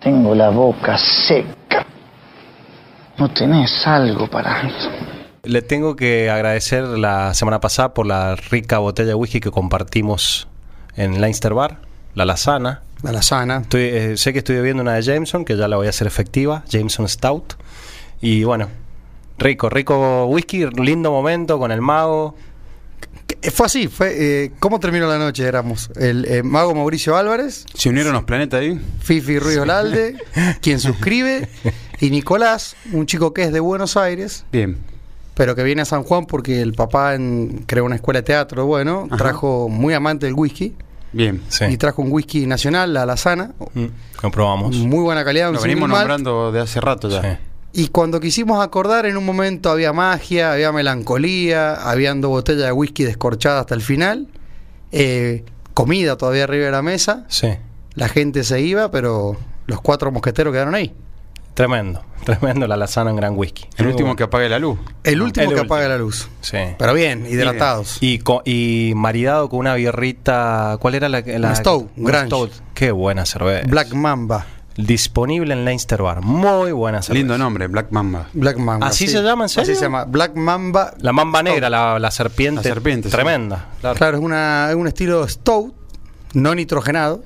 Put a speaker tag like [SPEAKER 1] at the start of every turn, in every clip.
[SPEAKER 1] Tengo la boca seca. ¿No tenés algo para eso?
[SPEAKER 2] Le tengo que agradecer la semana pasada por la rica botella de whisky que compartimos en Leinster Bar, la Lazana.
[SPEAKER 3] La lazana.
[SPEAKER 2] Estoy, eh, sé que estoy bebiendo una de Jameson, que ya la voy a hacer efectiva, Jameson Stout. Y bueno, rico, rico whisky, lindo momento con el mago.
[SPEAKER 3] Eh, Fue así, fue. eh, ¿Cómo terminó la noche? Éramos el eh, mago Mauricio Álvarez,
[SPEAKER 4] Se unieron los planetas ahí.
[SPEAKER 3] Fifi Ruiz Olalde, quien suscribe, y Nicolás, un chico que es de Buenos Aires,
[SPEAKER 4] Bien.
[SPEAKER 3] pero que viene a San Juan porque el papá en- creó una escuela de teatro, bueno,
[SPEAKER 4] Ajá.
[SPEAKER 3] trajo muy amante del whisky
[SPEAKER 4] Bien.
[SPEAKER 2] Sí.
[SPEAKER 3] y trajo un whisky nacional, la Lazana,
[SPEAKER 2] Mm, Comprobamos.
[SPEAKER 3] muy buena calidad, un
[SPEAKER 4] Lo venimos
[SPEAKER 3] single malt.
[SPEAKER 4] nombrando de hace rato ya.
[SPEAKER 2] Sí.
[SPEAKER 3] Y cuando quisimos acordar, en un momento había magia, había melancolía, habían dos botellas de whisky descorchada hasta el final, eh, comida todavía arriba de la mesa,
[SPEAKER 2] Sí.
[SPEAKER 3] la gente se iba, pero los cuatro mosqueteros quedaron ahí.
[SPEAKER 2] Tremendo, tremendo la lazana en gran whisky.
[SPEAKER 4] El último que apague la luz.
[SPEAKER 3] El último
[SPEAKER 2] El
[SPEAKER 3] que
[SPEAKER 2] último.
[SPEAKER 3] apaga la luz.
[SPEAKER 2] Sí.
[SPEAKER 3] Pero bien, hidratados.
[SPEAKER 2] Y, co- y maridado con una birrita. ¿Cuál era la que.? La,
[SPEAKER 3] Una Stout,
[SPEAKER 2] una
[SPEAKER 3] Grange.
[SPEAKER 2] Stout. Qué buena cerveza.
[SPEAKER 3] Black Mamba.
[SPEAKER 2] Disponible en Leinster Bar. Muy buena cerveza.
[SPEAKER 4] Lindo nombre, Black Mamba.
[SPEAKER 3] Black Mamba.
[SPEAKER 2] ¿Así se llama, en serio?
[SPEAKER 3] Así se llama. Black Mamba.
[SPEAKER 2] La mamba negra, la, la serpiente.
[SPEAKER 4] La serpiente, sí.
[SPEAKER 2] Tremenda.
[SPEAKER 3] Claro, es, una, es un estilo stout, no nitrogenado,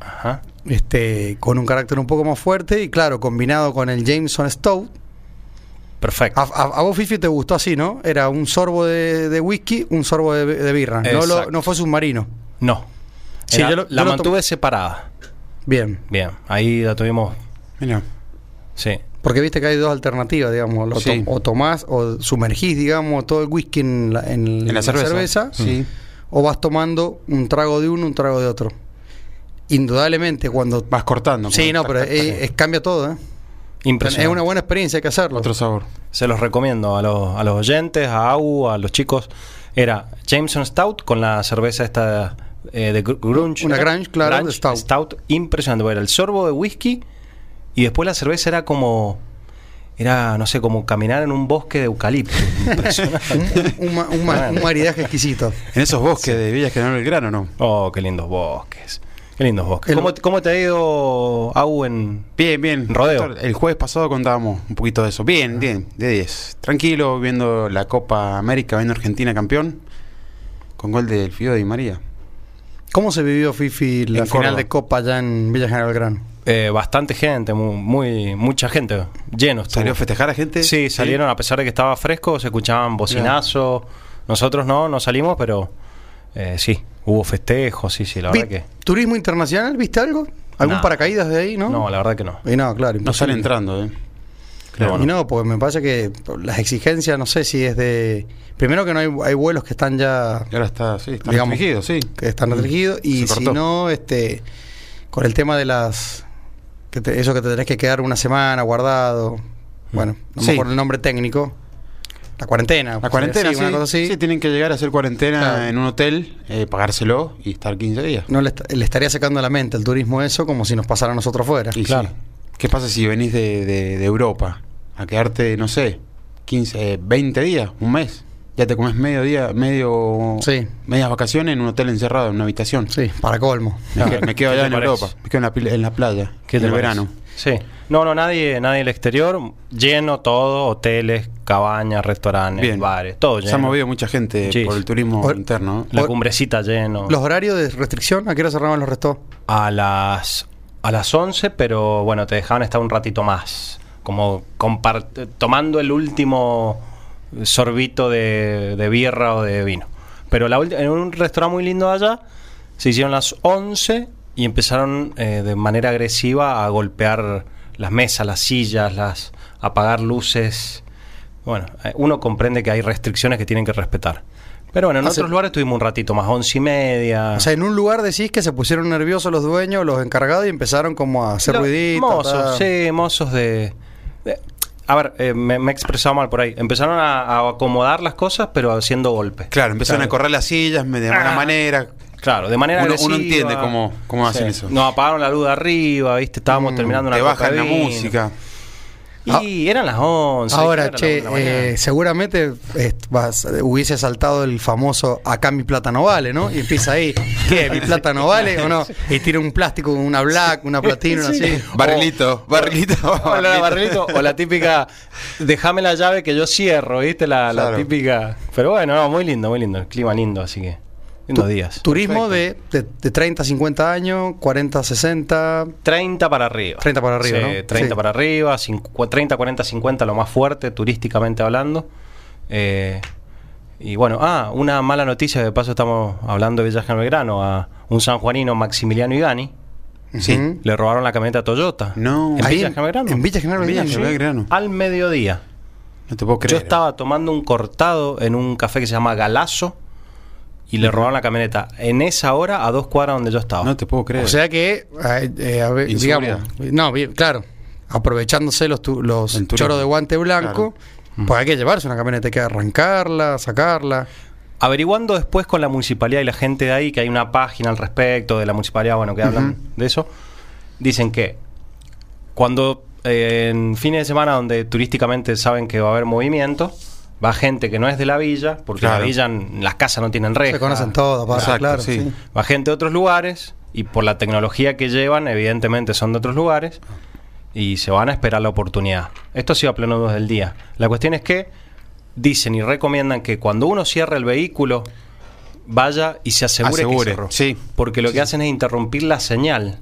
[SPEAKER 2] Ajá.
[SPEAKER 3] este, con un carácter un poco más fuerte y claro, combinado con el Jameson Stout. A,
[SPEAKER 2] Perfecto.
[SPEAKER 3] a- a vos, Fifi, te gustó así, ¿no? Era un sorbo de, de whisky, un sorbo de, de birra. No, lo-
[SPEAKER 2] Exacto.
[SPEAKER 3] no fue submarino.
[SPEAKER 2] no.
[SPEAKER 3] Sí,
[SPEAKER 2] Era-
[SPEAKER 3] yo lo-
[SPEAKER 2] la
[SPEAKER 3] yo lo
[SPEAKER 2] mantuve separada.
[SPEAKER 3] Bien.
[SPEAKER 2] Bien. Ahí la tuvimos.
[SPEAKER 4] Mira.
[SPEAKER 2] Sí.
[SPEAKER 3] Porque viste que hay dos alternativas, digamos. lo to-
[SPEAKER 4] Sí.
[SPEAKER 3] O tomás o sumergís, digamos, todo el whisky en la, en
[SPEAKER 4] En la cerveza. Mm.
[SPEAKER 3] Sí.
[SPEAKER 4] Sí.
[SPEAKER 3] O vas tomando un trago de uno, un trago de otro. Indudablemente, cuando.
[SPEAKER 4] Vas cortando.
[SPEAKER 3] sí,
[SPEAKER 4] con-
[SPEAKER 3] no,
[SPEAKER 4] tac,
[SPEAKER 3] pero
[SPEAKER 4] tac,
[SPEAKER 3] eh,
[SPEAKER 4] tac.
[SPEAKER 3] es- cambia todo, ¿eh?
[SPEAKER 2] Impresionante.
[SPEAKER 3] Es una buena experiencia, hay que hacerlo.
[SPEAKER 4] Otro sabor.
[SPEAKER 2] Se los recomiendo a los, a los oyentes, a AU, a los chicos. Era Jameson Stout con la cerveza esta eh, de gr- Grunge.
[SPEAKER 3] Una
[SPEAKER 2] ¿era?
[SPEAKER 3] Grunge, claro, de Stout.
[SPEAKER 2] impresionante. Era el sorbo de whisky y después la cerveza era como. Era, no sé, como caminar en un bosque de eucalipto.
[SPEAKER 3] Un,
[SPEAKER 2] Impresionante.
[SPEAKER 3] un ma- un ma- un maridaje exquisito.
[SPEAKER 4] En esos bosques de Villa General Belgrano, ¿no?
[SPEAKER 2] oh, qué lindos bosques. Qué lindos bosques.
[SPEAKER 3] El-
[SPEAKER 2] ¿Cómo, cómo te ha ido, AU, en.
[SPEAKER 4] Bien, bien.
[SPEAKER 2] Rodeo.
[SPEAKER 4] Doctor, El jueves pasado contábamos un poquito de eso. Bien, bien, de 10. Tranquilo, viendo la Copa América, viendo Argentina campeón. Con gol del Fío Di María.
[SPEAKER 3] ¿Cómo se vivió, Fifi, la
[SPEAKER 4] En
[SPEAKER 3] final
[SPEAKER 4] Córdoba.
[SPEAKER 3] de Copa allá en Villa General Grano?
[SPEAKER 2] eh, bastante gente, muy, muy- mucha gente, lleno. estuvo.
[SPEAKER 4] ¿Salió a festejar a gente?
[SPEAKER 2] Sí, salieron a pesar de que estaba fresco, se escuchaban bocinazos. Nosotros no, no salimos, pero eh, sí, hubo festejos, sí, sí, la verdad
[SPEAKER 3] Vi-
[SPEAKER 2] que.
[SPEAKER 3] ¿Turismo internacional? ¿Viste algo? ¿Algún
[SPEAKER 2] No.
[SPEAKER 3] paracaídas de ahí, no?
[SPEAKER 2] No, la verdad que no.
[SPEAKER 3] Y no, claro.
[SPEAKER 4] No
[SPEAKER 3] imposible.
[SPEAKER 4] sale entrando, ¿eh? Claro.
[SPEAKER 3] Y no, porque me parece que las exigencias, no sé si es de... Primero que no hay, hay vuelos que están ya...
[SPEAKER 4] Y ahora está, sí, está
[SPEAKER 3] Digamos,
[SPEAKER 4] restringido, sí.
[SPEAKER 3] que están restringidos. Y
[SPEAKER 4] Se
[SPEAKER 3] si
[SPEAKER 4] cortó.
[SPEAKER 3] no, este... Con el tema de las... Que te- eso que te tenés que quedar una semana guardado.
[SPEAKER 2] Mm.
[SPEAKER 3] Bueno, no
[SPEAKER 4] Sí.
[SPEAKER 3] me acuerdo el nombre técnico. La cuarentena.
[SPEAKER 4] La cuarentena, sí,
[SPEAKER 3] una cosa así.
[SPEAKER 4] Sí, tienen que llegar a hacer cuarentena
[SPEAKER 3] Claro.
[SPEAKER 4] en un hotel, eh, pagárselo y estar 15 días.
[SPEAKER 3] No le, est- le estaría sacando a la mente el turismo eso como si nos pasara a nosotros fuera.
[SPEAKER 4] Y
[SPEAKER 2] Claro.
[SPEAKER 4] sí. ¿Qué pasa si venís de, de- de Europa a quedarte, no sé, 15, eh, 20 días, un mes? Ya te comes medio día, medio,
[SPEAKER 3] Sí.
[SPEAKER 4] medias vacaciones en un hotel encerrado, en una habitación.
[SPEAKER 3] Sí, para colmo.
[SPEAKER 4] Me, que- me quedo
[SPEAKER 2] ¿Qué
[SPEAKER 4] allá
[SPEAKER 2] te
[SPEAKER 4] en
[SPEAKER 2] parece?
[SPEAKER 4] Europa, me quedo en la, pil- en la playa,
[SPEAKER 2] ¿Qué
[SPEAKER 4] en
[SPEAKER 2] te
[SPEAKER 4] el
[SPEAKER 2] parece?
[SPEAKER 4] verano.
[SPEAKER 2] Sí. No, no, nadie, nadie el exterior, lleno todo, hoteles, cabañas, restaurantes,
[SPEAKER 4] Bien.
[SPEAKER 2] bares, todo lleno.
[SPEAKER 4] Se ha movido mucha gente
[SPEAKER 2] Sí.
[SPEAKER 4] por el turismo
[SPEAKER 3] Por-
[SPEAKER 4] interno. ¿eh?
[SPEAKER 2] La cumbrecita lleno.
[SPEAKER 3] ¿Los horarios de restricción? ¿A qué hora cerraban los restos?
[SPEAKER 2] A las a las 11, pero bueno, te dejaban estar un ratito más. Como compart- tomando el último sorbito de, de birra o de vino. Pero la ulti- en un restaurante muy lindo de allá, se hicieron las 11 y empezaron eh, de manera agresiva a golpear las mesas, las sillas, las a apagar luces. Bueno, eh, uno comprende que hay restricciones que tienen que respetar. Pero bueno, en
[SPEAKER 3] Hace-
[SPEAKER 2] otros lugares estuvimos un ratito más, once y media.
[SPEAKER 3] O sea, en un lugar decís que se pusieron nerviosos los dueños, los encargados y empezaron como a hacer
[SPEAKER 2] Los
[SPEAKER 3] ruiditos.
[SPEAKER 2] Mozos,
[SPEAKER 3] ta.
[SPEAKER 2] sí, mozos de. de- a ver, eh, me, me he expresado mal por ahí. Empezaron a, a acomodar las cosas, pero haciendo golpes.
[SPEAKER 4] Claro, empezaron a correr las sillas me- de alguna
[SPEAKER 2] Ah.
[SPEAKER 4] manera.
[SPEAKER 2] Claro, de manera
[SPEAKER 4] Uno- uno
[SPEAKER 2] agresiva.
[SPEAKER 4] entiende cómo- cómo hacen eso. Mm,
[SPEAKER 2] Nos apagaron la luz de arriba, ¿viste? Estábamos terminando una Oh.
[SPEAKER 4] Te
[SPEAKER 2] copa
[SPEAKER 4] bajan
[SPEAKER 2] de
[SPEAKER 4] la
[SPEAKER 2] vino.
[SPEAKER 4] música. Ah.
[SPEAKER 2] Y eran las 11.
[SPEAKER 3] Ahora,
[SPEAKER 2] eran las una
[SPEAKER 3] che,
[SPEAKER 2] de la mañana.
[SPEAKER 3] eh, seguramente eh, vas- hubiese saltado el famoso acá mi plata no vale, ¿no? Y empieza ahí, ¿qué? ¿Mi plata no vale o no? Y tira un plástico, una black, una platina, una así.
[SPEAKER 4] Barrilito, barrilito.
[SPEAKER 2] Hola, la barrilito, o la típica, déjame la llave que yo cierro, ¿viste? La, la
[SPEAKER 4] Claro.
[SPEAKER 2] típica. Pero bueno, no, muy lindo, muy lindo. El clima lindo, así que. Lindos días.
[SPEAKER 3] Turismo de, de, de 30 a 50 años, 40 a 60.
[SPEAKER 2] 30 para arriba.
[SPEAKER 3] 30 para arriba,
[SPEAKER 2] Sí,
[SPEAKER 3] ¿no?
[SPEAKER 2] 30
[SPEAKER 3] Sí.
[SPEAKER 2] para arriba, cincu- 30, 40, 50, lo más fuerte, turísticamente hablando. Eh, y bueno, ah, una mala noticia, de paso estamos hablando de Villaje en Belgrano, a un sanjuanino, Maximiliano Igani,
[SPEAKER 4] Sí.
[SPEAKER 3] Ujú.
[SPEAKER 2] le robaron la camioneta Toyota.
[SPEAKER 4] No.
[SPEAKER 2] en
[SPEAKER 4] Ahí,
[SPEAKER 2] Villa General Belgrano.
[SPEAKER 3] ¿Mm? En Villa General Ah,
[SPEAKER 4] Bien,
[SPEAKER 3] Belgrano,
[SPEAKER 4] yo
[SPEAKER 3] sí.
[SPEAKER 4] veo grano.
[SPEAKER 2] Al mediodía.
[SPEAKER 4] No te puedo creer.
[SPEAKER 2] Yo estaba tomando un cortado en un café que se llama Galazo y le robaron la camioneta en esa hora a dos cuadras donde yo estaba.
[SPEAKER 4] No te puedo creer.
[SPEAKER 3] O sea que, eh, eh, a ver,
[SPEAKER 4] Inseguridad.
[SPEAKER 3] digamos, no, bien, claro, aprovechándose los, tu- los
[SPEAKER 4] El turismo. Mm.
[SPEAKER 3] choros de guante blanco, pues hay que llevarse una camioneta, hay que arrancarla, sacarla.
[SPEAKER 2] Averiguando después con la municipalidad y la gente de ahí, que hay una página al respecto de la municipalidad, bueno, que hablan de eso, dicen que cuando eh, en fines de semana donde turísticamente saben que va a haber movimiento, va gente que no es de la villa, porque en
[SPEAKER 4] Claro.
[SPEAKER 2] la villa n- las casas no tienen rejas.
[SPEAKER 3] Se conocen todas, para,
[SPEAKER 4] Exacto,
[SPEAKER 3] claro.
[SPEAKER 4] sí.
[SPEAKER 3] sí.
[SPEAKER 2] Va gente de otros lugares y por la tecnología que llevan, evidentemente son de otros lugares y se van a esperar la oportunidad. Esto ha sido a pleno luz del día. La cuestión es que dicen y recomiendan que cuando uno cierra el vehículo vaya y se asegure,
[SPEAKER 4] Asegure,
[SPEAKER 2] que cerró.
[SPEAKER 4] sí.
[SPEAKER 2] Porque lo que hacen es interrumpir la señal.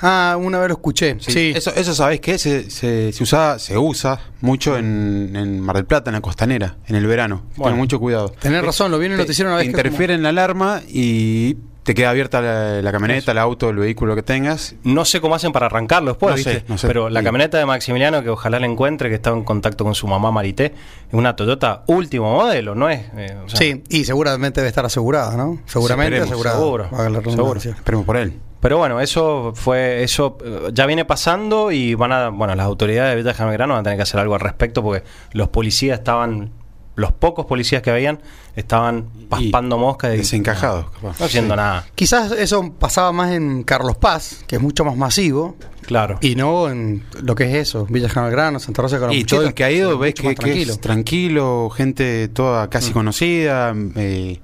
[SPEAKER 3] Ah, una vez lo escuché. Sí.
[SPEAKER 4] Eso, eso sabes que se, se, se usaba- se usa mucho en, en Mar del Plata, en la costanera, en el verano.
[SPEAKER 2] Bueno.
[SPEAKER 4] Ten mucho cuidado.
[SPEAKER 3] Tenés razón, lo vi en el
[SPEAKER 4] Te-
[SPEAKER 3] noticiero una vez
[SPEAKER 4] te
[SPEAKER 3] que-
[SPEAKER 4] interfieren la alarma y te queda abierta la, la camioneta, el auto, el vehículo que tengas.
[SPEAKER 2] No sé cómo hacen para arrancarlo después,
[SPEAKER 4] No sé,
[SPEAKER 2] ¿viste?
[SPEAKER 4] no sé.
[SPEAKER 2] pero la
[SPEAKER 4] Sí.
[SPEAKER 2] camioneta de Maximiliano, que ojalá la encuentre, que estaba en contacto con su mamá Marité, es una Toyota último modelo, ¿no es? Eh, o sea,
[SPEAKER 3] Sí, y seguramente debe estar asegurada, ¿no? Seguramente
[SPEAKER 4] Esperemos,
[SPEAKER 3] asegurada.
[SPEAKER 2] seguro,
[SPEAKER 3] valga la redundancia.
[SPEAKER 4] Esperemos por él.
[SPEAKER 2] Pero bueno, eso fue eso eh, ya viene pasando y van a bueno, las autoridades de Villa General Belgrano van a tener que hacer algo al respecto porque los policías estaban los pocos policías que habían estaban paspando moscas y
[SPEAKER 4] Desencajados, capaz.
[SPEAKER 2] no haciendo
[SPEAKER 4] Sí.
[SPEAKER 2] nada.
[SPEAKER 3] Quizás eso pasaba más en Carlos Paz, que es mucho más masivo,
[SPEAKER 2] Claro.
[SPEAKER 3] y no en lo que es eso, Villa Grano, Santa Rosa de
[SPEAKER 4] Y
[SPEAKER 3] Caramuchito,
[SPEAKER 4] todo el que ha ido,
[SPEAKER 3] mucho más
[SPEAKER 4] ves que, que
[SPEAKER 3] tranquilo. Mm.
[SPEAKER 4] es tranquilo, gente toda casi conocida. eh,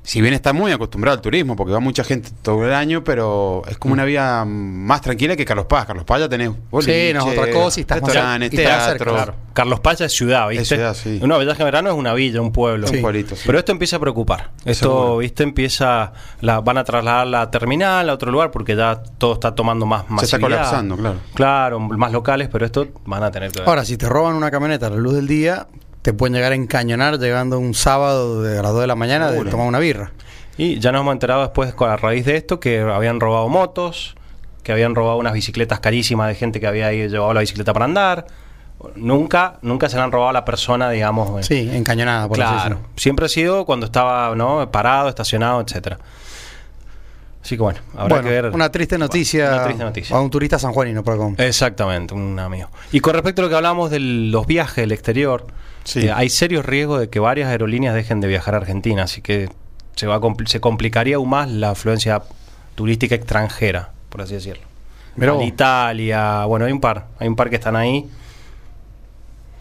[SPEAKER 4] si bien está muy acostumbrado al turismo, porque va mucha gente todo el año, pero es
[SPEAKER 3] Mm.
[SPEAKER 4] como una vía más tranquila que Carlos Paz. Carlos Paz ya tenés boliche,
[SPEAKER 3] no, otra cosa y estás más
[SPEAKER 4] restaurantes,
[SPEAKER 3] cerca. Y estás cerca,
[SPEAKER 4] teatro.
[SPEAKER 3] claro.
[SPEAKER 2] Carlos Paz ya es ciudad, ¿viste?
[SPEAKER 4] Es ciudad, sí.
[SPEAKER 2] No, Villa General Belgrano es una villa, un pueblo.
[SPEAKER 4] Un Sí. pueblito, sí.
[SPEAKER 2] Pero esto empieza a preocupar. Esto,
[SPEAKER 4] Seguro.
[SPEAKER 2] ¿viste? Empieza la, van a trasladar la terminal a otro lugar porque ya todo está tomando más
[SPEAKER 4] Se está
[SPEAKER 2] masividad.
[SPEAKER 4] colapsando, claro.
[SPEAKER 2] Claro, más locales, pero esto van a tener que ver.
[SPEAKER 3] Ahora, si te roban una camioneta a la luz del día, te pueden llegar a encañonar llegando un sábado de a las 2 de la mañana de
[SPEAKER 4] Seguro.
[SPEAKER 3] tomar una birra.
[SPEAKER 2] Y ya nos hemos enterado después con- a raíz de esto que habían robado motos, que habían robado unas bicicletas carísimas de gente que había ahí llevado la bicicleta para andar. Nunca, nunca se le han robado a la persona, digamos. eh.
[SPEAKER 3] Sí, encañonada, por así
[SPEAKER 2] claro.
[SPEAKER 3] decirlo.
[SPEAKER 2] Siempre ha sido cuando estaba, ¿no? Parado, estacionado, etcétera. Así que bueno, habrá
[SPEAKER 3] Bueno,
[SPEAKER 2] que ver.
[SPEAKER 3] una triste noticia,
[SPEAKER 2] Una triste noticia. Eh,
[SPEAKER 3] a un turista sanjuanino, por ejemplo.
[SPEAKER 2] Exactamente, un amigo. Y con respecto a lo que hablábamos de los viajes al exterior,
[SPEAKER 4] Sí.
[SPEAKER 2] eh, hay serios riesgos de que varias aerolíneas dejen de viajar a Argentina, así que se, va a compli- se complicaría aún más la afluencia turística extranjera, por así decirlo.
[SPEAKER 3] Mirá vos.
[SPEAKER 2] Al Italia, bueno, hay un par, hay un par que están ahí.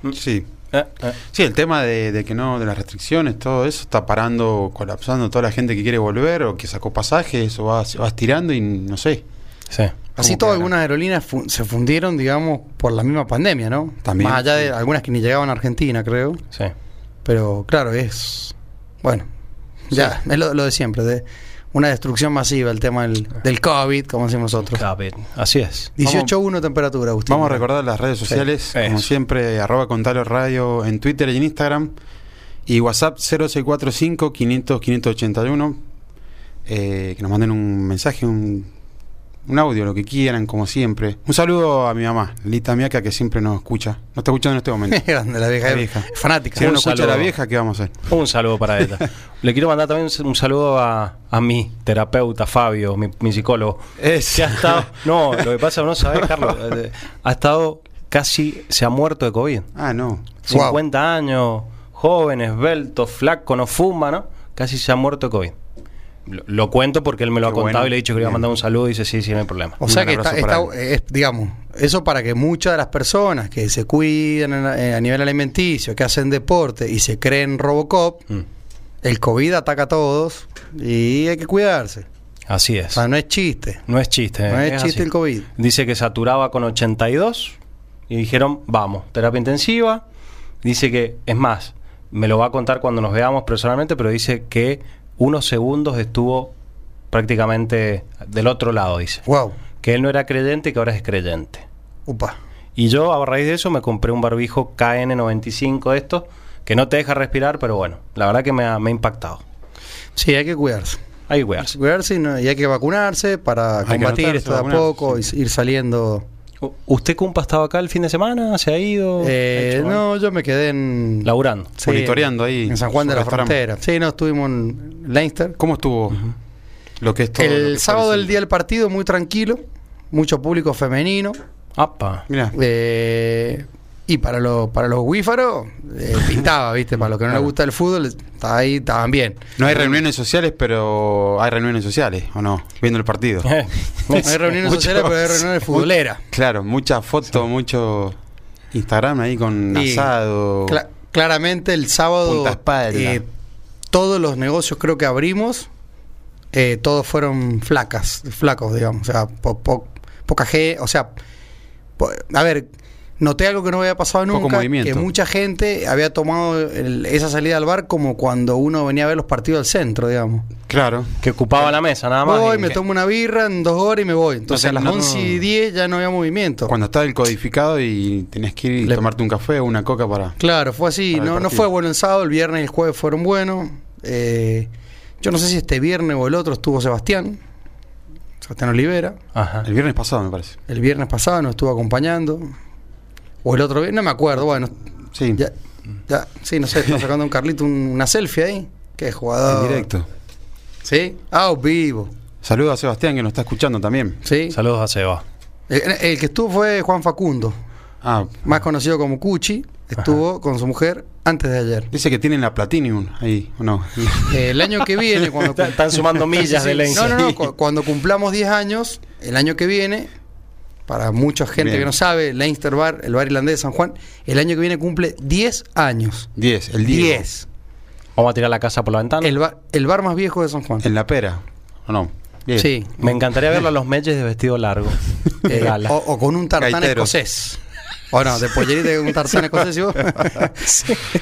[SPEAKER 4] Mm, Sí.
[SPEAKER 2] Eh, eh.
[SPEAKER 4] Sí, el tema de, de que no, de las restricciones, todo eso está parando, colapsando toda la gente que quiere volver o que sacó pasajes, eso va, se va estirando y no sé.
[SPEAKER 2] Sí.
[SPEAKER 3] Así
[SPEAKER 4] ¿Cómo
[SPEAKER 3] todo,
[SPEAKER 4] quedará?
[SPEAKER 3] algunas aerolíneas fu- se fundieron, digamos, por la misma pandemia, ¿no?
[SPEAKER 4] También,
[SPEAKER 3] Más allá
[SPEAKER 4] sí.
[SPEAKER 3] de algunas que ni llegaban a Argentina, creo.
[SPEAKER 2] Sí.
[SPEAKER 3] Pero claro, es. Bueno, ya, es lo, lo de siempre, de una destrucción masiva, el tema del, del COVID, como decimos nosotros.
[SPEAKER 2] Cabe- Ah, Así es.
[SPEAKER 3] 18.1 temperatura, Agustín.
[SPEAKER 4] Vamos a recordar las redes sociales,
[SPEAKER 2] Sí,
[SPEAKER 4] como
[SPEAKER 2] eso.
[SPEAKER 4] siempre, arroba contalo radio en Twitter y en Instagram. Y WhatsApp 0645 500 581. eh, que nos manden un mensaje, un, un audio, lo que quieran, como siempre. Un saludo a mi mamá, Lita Miaca, que siempre nos escucha. No está escuchando en este momento.
[SPEAKER 3] Grande, la vieja,
[SPEAKER 4] La vieja.
[SPEAKER 3] fanática.
[SPEAKER 4] si no
[SPEAKER 2] un
[SPEAKER 4] nos escucha
[SPEAKER 2] saludo.
[SPEAKER 4] la vieja, ¿qué vamos a hacer?
[SPEAKER 2] Un saludo para ella. Le quiero mandar también un saludo a, a mi terapeuta, Fabio, mi, mi psicólogo. Que ha estado. No, lo que pasa, no sabes, Carlos. eh, Ha estado casi. Se ha muerto de COVID.
[SPEAKER 4] Ah, no.
[SPEAKER 2] 50 años, joven, esbelto, flaco, no fuma, ¿no? Casi se ha muerto de COVID. Lo, lo cuento porque él me lo ha
[SPEAKER 4] Qué
[SPEAKER 2] contado
[SPEAKER 4] bueno.
[SPEAKER 2] y le he dicho que le iba a
[SPEAKER 4] Bien.
[SPEAKER 2] mandar un saludo y dice, sí, sí, no hay problema.
[SPEAKER 3] O sea
[SPEAKER 4] Un
[SPEAKER 3] que está,
[SPEAKER 4] abrazo
[SPEAKER 3] está-
[SPEAKER 4] para
[SPEAKER 3] es, digamos, eso para que muchas de las personas que se cuidan en- eh, a nivel alimenticio, que hacen deporte y se creen Robocop,
[SPEAKER 2] Mm.
[SPEAKER 3] el COVID ataca a todos y hay que cuidarse.
[SPEAKER 2] Así
[SPEAKER 3] O
[SPEAKER 2] es.
[SPEAKER 3] sea, no es chiste.
[SPEAKER 2] No es chiste.
[SPEAKER 3] No
[SPEAKER 2] eh,
[SPEAKER 3] es chiste
[SPEAKER 2] así.
[SPEAKER 3] el COVID.
[SPEAKER 2] Dice que saturaba con 82 y dijeron, vamos, terapia intensiva. Dice que, es más, me lo va a contar cuando nos veamos personalmente, pero dice que unos segundos estuvo prácticamente del otro lado, dice.
[SPEAKER 3] Wow.
[SPEAKER 2] Que él no era creyente y que ahora es creyente.
[SPEAKER 3] Upa.
[SPEAKER 2] Y yo a raíz de eso me compré un barbijo KN95 de estos, que no te deja respirar, pero bueno, la verdad que me ha, me ha impactado.
[SPEAKER 3] Sí, hay que cuidarse.
[SPEAKER 2] Hay que
[SPEAKER 3] Hay que
[SPEAKER 2] cuidarse.
[SPEAKER 3] cuidarse y, no- y hay que vacunarse para
[SPEAKER 4] que
[SPEAKER 3] combatir
[SPEAKER 4] anotarse,
[SPEAKER 3] esto de a
[SPEAKER 4] vacunarse,
[SPEAKER 3] poco
[SPEAKER 4] sí.
[SPEAKER 3] y ir saliendo.
[SPEAKER 2] U- ¿Usted, cumpa, ha estado acá el fin de semana? ¿Se ha ido?
[SPEAKER 3] Eh,
[SPEAKER 2] ¿Ha hecho algo?
[SPEAKER 3] no, yo me quedé en,
[SPEAKER 2] Laburando.
[SPEAKER 4] Monitoreando ahí
[SPEAKER 3] en San Juan de
[SPEAKER 4] su
[SPEAKER 3] la
[SPEAKER 4] restaurante.
[SPEAKER 3] Frontera. Sí, no, estuvimos en Leinster.
[SPEAKER 4] ¿Cómo estuvo lo que es todo? lo que
[SPEAKER 3] El
[SPEAKER 4] fue
[SPEAKER 3] sábado del
[SPEAKER 4] cine?
[SPEAKER 3] día del partido, muy tranquilo, mucho público femenino.
[SPEAKER 2] Apa.
[SPEAKER 4] Mirá,
[SPEAKER 3] eh, y para, los para los guífaros, eh, pintaba, ¿viste? Para los que no les gusta el fútbol, está ahí estaban bien.
[SPEAKER 4] no hay reuniones sociales, pero hay reuniones sociales, ¿o no? Viendo el partido.
[SPEAKER 2] Eh,
[SPEAKER 3] No hay reuniones
[SPEAKER 4] Mucho-
[SPEAKER 3] sociales, pero hay reuniones futboleras.
[SPEAKER 4] Claro, muchas fotos, mucho Instagram ahí con
[SPEAKER 3] Y-
[SPEAKER 4] asado.
[SPEAKER 3] Cla- claramente el sábado eh,
[SPEAKER 4] Punta espalda.
[SPEAKER 3] todos los negocios creo que abrimos, eh, todos fueron flacas, flacos, digamos. O sea, po- po- poca gente, o sea, po- a ver, noté algo que no había pasado
[SPEAKER 4] Poco
[SPEAKER 3] nunca,
[SPEAKER 4] movimiento.
[SPEAKER 3] que mucha gente había tomado el- esa salida al bar como cuando uno venía a ver los partidos al centro, digamos.
[SPEAKER 4] Claro.
[SPEAKER 2] Que ocupaba la mesa, nada más.
[SPEAKER 3] Voy,
[SPEAKER 2] Y-
[SPEAKER 3] me tomo una birra en dos horas y me voy. Entonces
[SPEAKER 4] No
[SPEAKER 3] a las
[SPEAKER 4] te- no-
[SPEAKER 3] 11 y 10 ya no había movimiento.
[SPEAKER 4] Cuando está el codificado y tenés que ir y
[SPEAKER 3] Le-
[SPEAKER 4] tomarte un café o una coca para.
[SPEAKER 3] Claro, fue así.
[SPEAKER 4] Para el
[SPEAKER 3] No, no
[SPEAKER 4] partido.
[SPEAKER 3] fue bueno el sábado, el viernes y el jueves fueron buenos. Eh, yo no sé si este viernes o el otro estuvo Sebastián, Sebastián Olivera.
[SPEAKER 2] Ajá.
[SPEAKER 4] El viernes pasado, me parece.
[SPEAKER 3] El viernes pasado nos estuvo acompañando. O el otro viernes, no me acuerdo. Bueno,
[SPEAKER 4] Sí.
[SPEAKER 3] ya, ya, sí, no sé, está sacando un Carlito un- una selfie ahí. Qué jugador.
[SPEAKER 4] En directo.
[SPEAKER 3] Sí, ah, vivo.
[SPEAKER 4] Saludo a Sebastián que nos está escuchando también.
[SPEAKER 3] Sí.
[SPEAKER 2] Saludos a Seba.
[SPEAKER 3] El, el que estuvo fue Juan Facundo,
[SPEAKER 4] Ah,
[SPEAKER 3] más conocido como Cuchi. Estuvo con su mujer antes de ayer.
[SPEAKER 4] dice que tienen la Platinum ahí, ¿o no?
[SPEAKER 3] Eh, el año que viene, cuando
[SPEAKER 2] Está- Están sumando millas
[SPEAKER 3] Sí,
[SPEAKER 2] de
[SPEAKER 3] sí.
[SPEAKER 2] lengua.
[SPEAKER 3] No, no, no. cu- Cuando cumplamos 10 años, el año que viene, para mucha gente
[SPEAKER 4] Bien.
[SPEAKER 3] que no sabe, Leinster Bar, el bar irlandés de San Juan, el año que viene cumple 10 años.
[SPEAKER 4] 10, el 10.
[SPEAKER 3] 10.
[SPEAKER 2] Vamos a tirar la casa por la ventana.
[SPEAKER 3] El, bar- el bar más viejo de San Juan.
[SPEAKER 4] En la pera, ¿o no? Bien.
[SPEAKER 3] Sí.
[SPEAKER 2] Me encantaría verlo a los meyes de vestido largo. De
[SPEAKER 3] Eh,
[SPEAKER 2] gala.
[SPEAKER 3] o, o con un tartán
[SPEAKER 4] Gaitero.
[SPEAKER 3] escocés. O no, de pollerita con un tartán escocés y vos.
[SPEAKER 2] O sea-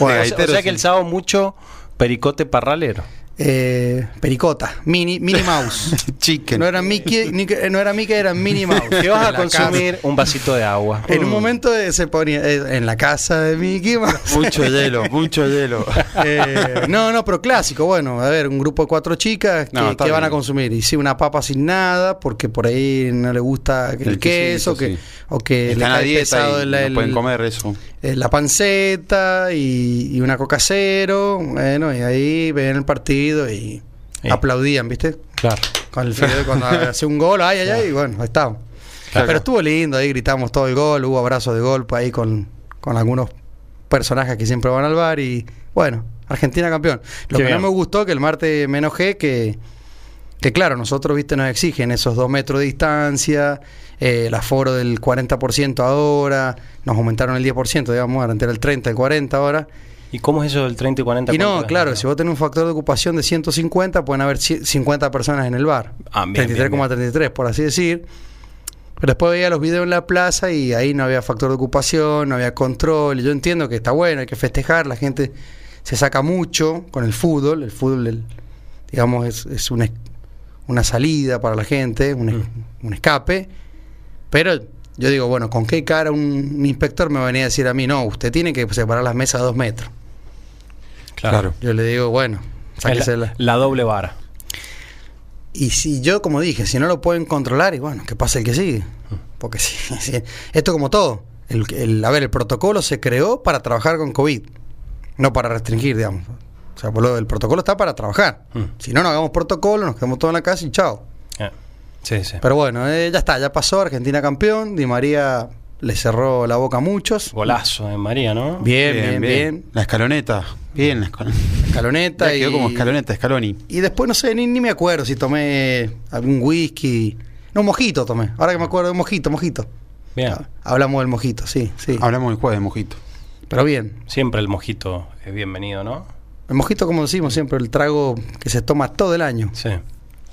[SPEAKER 4] Bueno,
[SPEAKER 2] o sea, que el sábado mucho pericote parralero.
[SPEAKER 3] Eh, pericota, mini, mini mouse.
[SPEAKER 4] chicken.
[SPEAKER 3] No era Mickey, ni que- no era Mickey, era Minnie Mouse.
[SPEAKER 2] ¿Qué vas
[SPEAKER 3] En
[SPEAKER 2] a
[SPEAKER 3] la
[SPEAKER 2] consumir? Un vasito de agua.
[SPEAKER 3] casa. En
[SPEAKER 4] Mm.
[SPEAKER 3] un momento eh, se ponía eh, en la casa de Mickey Mouse.
[SPEAKER 4] Mucho hielo, mucho hielo.
[SPEAKER 3] Eh, no, no, pero clásico. Bueno, a ver, un grupo de cuatro chicas que,
[SPEAKER 4] No, está
[SPEAKER 3] que van
[SPEAKER 4] bien.
[SPEAKER 3] a consumir. Y sí, una papa sin nada, porque por ahí no le gusta el,
[SPEAKER 4] El
[SPEAKER 3] queso,
[SPEAKER 4] quesito,
[SPEAKER 3] que,
[SPEAKER 4] sí.
[SPEAKER 3] o que le
[SPEAKER 4] Están a
[SPEAKER 3] cae Eh, pesado
[SPEAKER 4] dieta y
[SPEAKER 3] el- el-
[SPEAKER 4] no pueden comer eso.
[SPEAKER 3] eh, la panceta y, y una coca cero. Bueno, y ahí ven el partido y
[SPEAKER 2] Sí.
[SPEAKER 3] aplaudían, ¿viste?
[SPEAKER 2] Claro.
[SPEAKER 3] Con el fideo, cuando hacía un gol, ay, ay, ay, y bueno, ahí estaba.
[SPEAKER 4] Claro.
[SPEAKER 3] Pero estuvo lindo, ahí gritamos todo el gol, hubo abrazos de golpe ahí con, con algunos personajes que siempre van al bar y bueno, Argentina campeón. Lo
[SPEAKER 2] Qué
[SPEAKER 3] que
[SPEAKER 2] bien.
[SPEAKER 3] no me gustó, que el martes me enojé, que, que claro, nosotros, viste, nos exigen esos dos metros de distancia, eh, el aforo del 40% ahora, nos aumentaron el 10%, digamos, antes era el 30, el 40 ahora.
[SPEAKER 2] ¿Y cómo es eso del 30 y 40?
[SPEAKER 3] Y no,
[SPEAKER 2] ¿Cuánto es?
[SPEAKER 3] claro, si vos tenés un factor de ocupación de 150, pueden haber ci- 50 personas en el bar.
[SPEAKER 2] Ah, bien, bien,
[SPEAKER 3] 33,33, por así decir. Pero después veía los videos en la plaza y ahí no había factor de ocupación, no había control. Y yo entiendo que está bueno, hay que festejar, la gente se saca mucho con el fútbol. El fútbol, el- digamos, es, es una, es- una salida para la gente, un, es-
[SPEAKER 2] Mm.
[SPEAKER 3] un escape. Pero yo digo, bueno, ¿con qué cara un, un inspector me venía a decir a mí, no, usted tiene que separar las mesas a dos metros?
[SPEAKER 2] Claro.
[SPEAKER 3] Yo le digo, bueno,
[SPEAKER 2] Es
[SPEAKER 3] sáquese
[SPEAKER 2] La,
[SPEAKER 3] la-
[SPEAKER 2] la doble vara.
[SPEAKER 3] Y si yo, como dije, si no lo pueden controlar, y bueno, que pase el que sigue. Porque si, si- esto como todo. El, el- a ver, el protocolo se creó para trabajar con COVID, no para restringir, digamos. O sea, boludo, el protocolo está para trabajar.
[SPEAKER 2] Mm.
[SPEAKER 3] Si no, no hagamos protocolo, nos quedamos todos en la casa y chao.
[SPEAKER 2] Eh, Sí, sí.
[SPEAKER 3] Pero bueno, eh, ya está, ya pasó, Argentina campeón, Di María le cerró la boca a muchos.
[SPEAKER 2] Golazo de María, ¿no?
[SPEAKER 3] Bien, bien, bien.
[SPEAKER 4] La escaloneta. Bien, la escaloneta.
[SPEAKER 3] Escaloneta y,
[SPEAKER 4] quedó como escaloneta, escaloni.
[SPEAKER 3] y después no sé, ni, ni me acuerdo si tomé algún whisky. No, mojito tomé. Ahora que me acuerdo, mojito, mojito.
[SPEAKER 2] Bien.
[SPEAKER 3] Hablamos del mojito, sí, sí.
[SPEAKER 4] Hablamos el jueves, mojito.
[SPEAKER 3] Pero bien.
[SPEAKER 2] Siempre el mojito es bienvenido, ¿no?
[SPEAKER 3] El mojito, como decimos siempre, el trago que se toma todo el año.
[SPEAKER 2] Sí.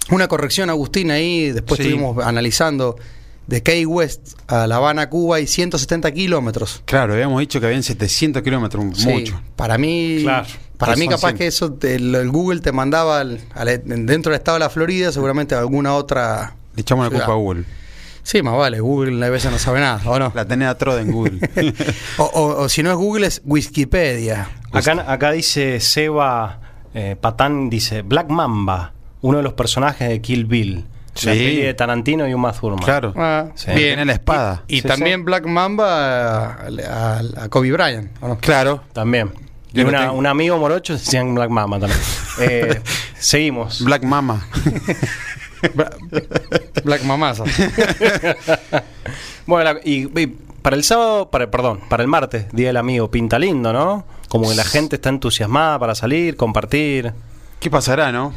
[SPEAKER 3] Una corrección, Agustín, ahí. Después
[SPEAKER 4] Sí.
[SPEAKER 3] estuvimos analizando de Key West a La Habana, Cuba, y 170 kilómetros.
[SPEAKER 4] Claro, habíamos dicho que habían 700 kilómetros,
[SPEAKER 3] Sí,
[SPEAKER 4] mucho.
[SPEAKER 3] Para mí,
[SPEAKER 2] Claro.
[SPEAKER 3] para
[SPEAKER 4] Pues
[SPEAKER 3] mí
[SPEAKER 4] son
[SPEAKER 3] capaz
[SPEAKER 4] cien.
[SPEAKER 3] que eso te- lo- el Google te mandaba al- al- dentro del estado de la Florida, seguramente alguna otra.
[SPEAKER 4] Le echamos la
[SPEAKER 3] Ciudad.
[SPEAKER 4] culpa a Google.
[SPEAKER 3] Sí, más vale, Google a veces no sabe nada, ¿o no?
[SPEAKER 4] La tenés a Troda en Google.
[SPEAKER 3] O, o- o si no es Google, es Wikipedia.
[SPEAKER 2] Acá, acá dice Seba eh, Patán, dice Black Mamba, uno de los personajes de Kill Bill.
[SPEAKER 4] Sí.
[SPEAKER 2] La peli de Tarantino y Uma Thurman.
[SPEAKER 4] claro.
[SPEAKER 3] Ah,
[SPEAKER 2] Sí.
[SPEAKER 4] Bien. Tiene la espada.
[SPEAKER 3] Y
[SPEAKER 2] Sí,
[SPEAKER 3] también
[SPEAKER 2] sí.
[SPEAKER 3] Black Mamba a, a- a Kobe Bryant, ¿o no?
[SPEAKER 4] Claro.
[SPEAKER 2] También.
[SPEAKER 4] Yo
[SPEAKER 2] Y
[SPEAKER 4] lo
[SPEAKER 2] una-
[SPEAKER 4] tengo.
[SPEAKER 2] un amigo morocho decían Black Mamba también. Eh, seguimos.
[SPEAKER 4] Black Mama.
[SPEAKER 3] Bla- Black Mamasa.
[SPEAKER 2] Bueno, la- y, y para el sábado, para, perdón, para el martes, Día del Amigo, pinta lindo, ¿no? Como que la gente está entusiasmada para salir, compartir.
[SPEAKER 4] ¿Qué pasará, no?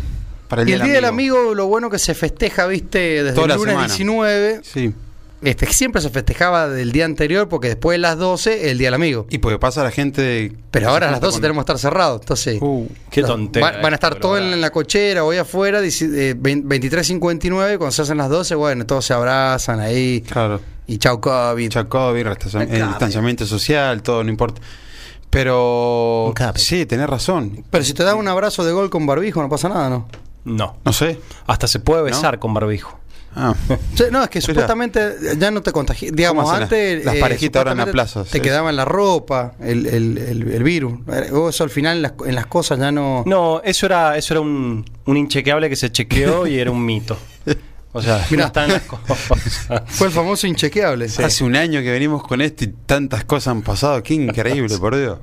[SPEAKER 4] Para
[SPEAKER 3] y el Día del Amigo, lo bueno que se festeja, viste, desde
[SPEAKER 4] Toda la
[SPEAKER 3] el lunes
[SPEAKER 4] semana.
[SPEAKER 3] 19.
[SPEAKER 4] Sí.
[SPEAKER 3] Este, siempre se festejaba del día anterior porque después de las 12 el Día del Amigo.
[SPEAKER 4] Y porque pasa la gente.
[SPEAKER 3] Pero ahora a las 12
[SPEAKER 4] con-
[SPEAKER 3] tenemos que estar cerrados, entonces...
[SPEAKER 4] Uh,
[SPEAKER 2] Qué
[SPEAKER 3] los-
[SPEAKER 2] tontera.
[SPEAKER 3] va- van a estar
[SPEAKER 2] esto,
[SPEAKER 3] todos en,
[SPEAKER 2] ¿verdad?
[SPEAKER 3] en la cochera, hoy afuera, dieci- eh, vein- 23.59, cuando se hacen las 12, bueno, todos se abrazan ahí.
[SPEAKER 4] claro.
[SPEAKER 3] Y chau COVID.
[SPEAKER 4] Chacobi, eh,
[SPEAKER 3] Cabe.
[SPEAKER 4] distanciamiento social, todo, no importa. Pero.
[SPEAKER 2] Cabe.
[SPEAKER 4] Sí, tenés razón.
[SPEAKER 3] Pero si te da un abrazo de gol con barbijo, no pasa nada, ¿no?
[SPEAKER 2] No.
[SPEAKER 4] No sé.
[SPEAKER 2] Hasta se puede besar con barbijo.
[SPEAKER 4] Ah,
[SPEAKER 3] Sí, no, es que
[SPEAKER 4] Mira.
[SPEAKER 3] supuestamente ya no te contagias. Digamos,
[SPEAKER 4] ¿Cómo hacen
[SPEAKER 3] antes. eh,
[SPEAKER 4] las- las parejitas ahora en la
[SPEAKER 3] supuestamente
[SPEAKER 4] plaza?
[SPEAKER 3] Te
[SPEAKER 4] Sí.
[SPEAKER 3] quedaban la ropa, el, el- el- el virus. Eh, vos Eso al final en las, en las cosas ya no.
[SPEAKER 2] No, eso era, eso era un, un inchequeable que se chequeó y era un mito. O sea,
[SPEAKER 3] Mirá.
[SPEAKER 2] no están las cosas.
[SPEAKER 3] Fue el famoso inchequeable.
[SPEAKER 4] Hace un año que venimos con esto y tantas cosas han pasado. Qué increíble, por Dios.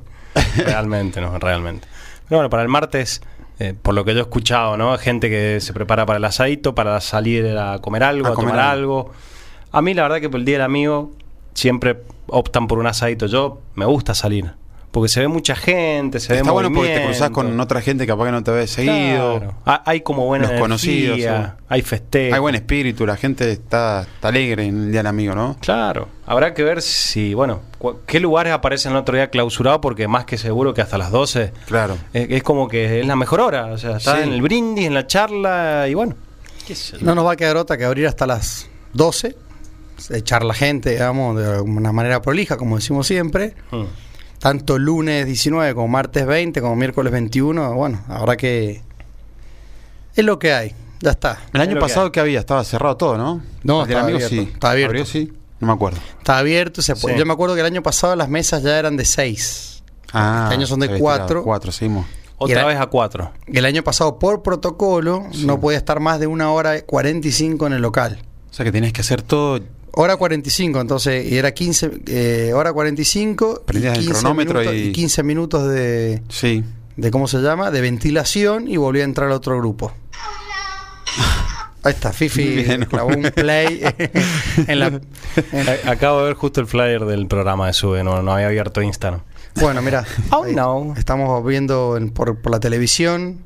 [SPEAKER 2] Realmente, no, realmente. Pero bueno, para el martes, eh, por lo que yo he escuchado, ¿no? Gente que se prepara para el asadito, para salir a comer algo,
[SPEAKER 4] A
[SPEAKER 2] a,
[SPEAKER 4] comer
[SPEAKER 2] tomar
[SPEAKER 4] algo.
[SPEAKER 2] algo. A mí, la verdad, que por el día del amigo siempre optan por un asadito. Yo me gusta salir. Porque se ve mucha gente, se ve
[SPEAKER 4] Está bueno porque te cruzás
[SPEAKER 2] movimiento.
[SPEAKER 4] con otra gente que capaz que no te habías seguido.
[SPEAKER 2] Claro. Ah, Hay como buena
[SPEAKER 4] Los
[SPEAKER 2] energía,
[SPEAKER 4] conocidos, sí.
[SPEAKER 2] hay festejo.
[SPEAKER 4] Hay buen espíritu, la gente está, está alegre en el Día del Amigo, ¿no?
[SPEAKER 2] Claro, habrá que ver si, bueno, cu- qué lugares aparecen el otro día clausurado porque más que seguro que hasta las 12
[SPEAKER 4] Claro.
[SPEAKER 2] es, es como que es la mejor hora, o sea, está
[SPEAKER 4] Sí.
[SPEAKER 2] en el brindis, en la charla y bueno.
[SPEAKER 3] No nos va a quedar otra que abrir hasta las 12. Echar la gente, digamos, de una manera prolija, como decimos siempre.
[SPEAKER 2] Mm.
[SPEAKER 3] Tanto lunes 19 como martes 20, como miércoles 21. Bueno, habrá que. Es lo que hay. Ya está.
[SPEAKER 4] El
[SPEAKER 2] Es
[SPEAKER 4] año
[SPEAKER 2] lo
[SPEAKER 4] pasado que había, estaba cerrado todo, ¿no?
[SPEAKER 3] No, estaba
[SPEAKER 4] el Día del Amigo
[SPEAKER 3] abierto,
[SPEAKER 4] sí.
[SPEAKER 3] estaba abierto. Este
[SPEAKER 4] ¿Abrió, sí? No me acuerdo.
[SPEAKER 3] Está abierto. Se puede.
[SPEAKER 2] Sí.
[SPEAKER 3] Yo me acuerdo que el año pasado las mesas ya eran de 6.
[SPEAKER 4] Ah,
[SPEAKER 3] Este año son de
[SPEAKER 4] se había
[SPEAKER 3] cuatro.
[SPEAKER 4] tirado Cuatro, seguimos.
[SPEAKER 2] Otra
[SPEAKER 3] era-
[SPEAKER 2] vez a 4.
[SPEAKER 3] El año pasado, por protocolo, no podía estar más de una hora 45 en el local.
[SPEAKER 4] O sea que tenés que hacer todo.
[SPEAKER 3] Hora 45, entonces, y era 15, eh, hora 45, y
[SPEAKER 4] Prendías el cronómetro
[SPEAKER 3] minutos,
[SPEAKER 4] y-
[SPEAKER 3] 15 minutos de,
[SPEAKER 4] Sí.
[SPEAKER 3] de, ¿cómo se llama? De ventilación y volvía a entrar otro grupo. Ahí está, Fifi
[SPEAKER 4] Bien.
[SPEAKER 3] clavó un play en la... en-
[SPEAKER 2] Acabo de ver justo el flyer del programa de Sube, no, no había abierto Instagram.
[SPEAKER 3] bueno, mira,
[SPEAKER 2] Oh, no.
[SPEAKER 3] estamos viendo en- por, por la televisión,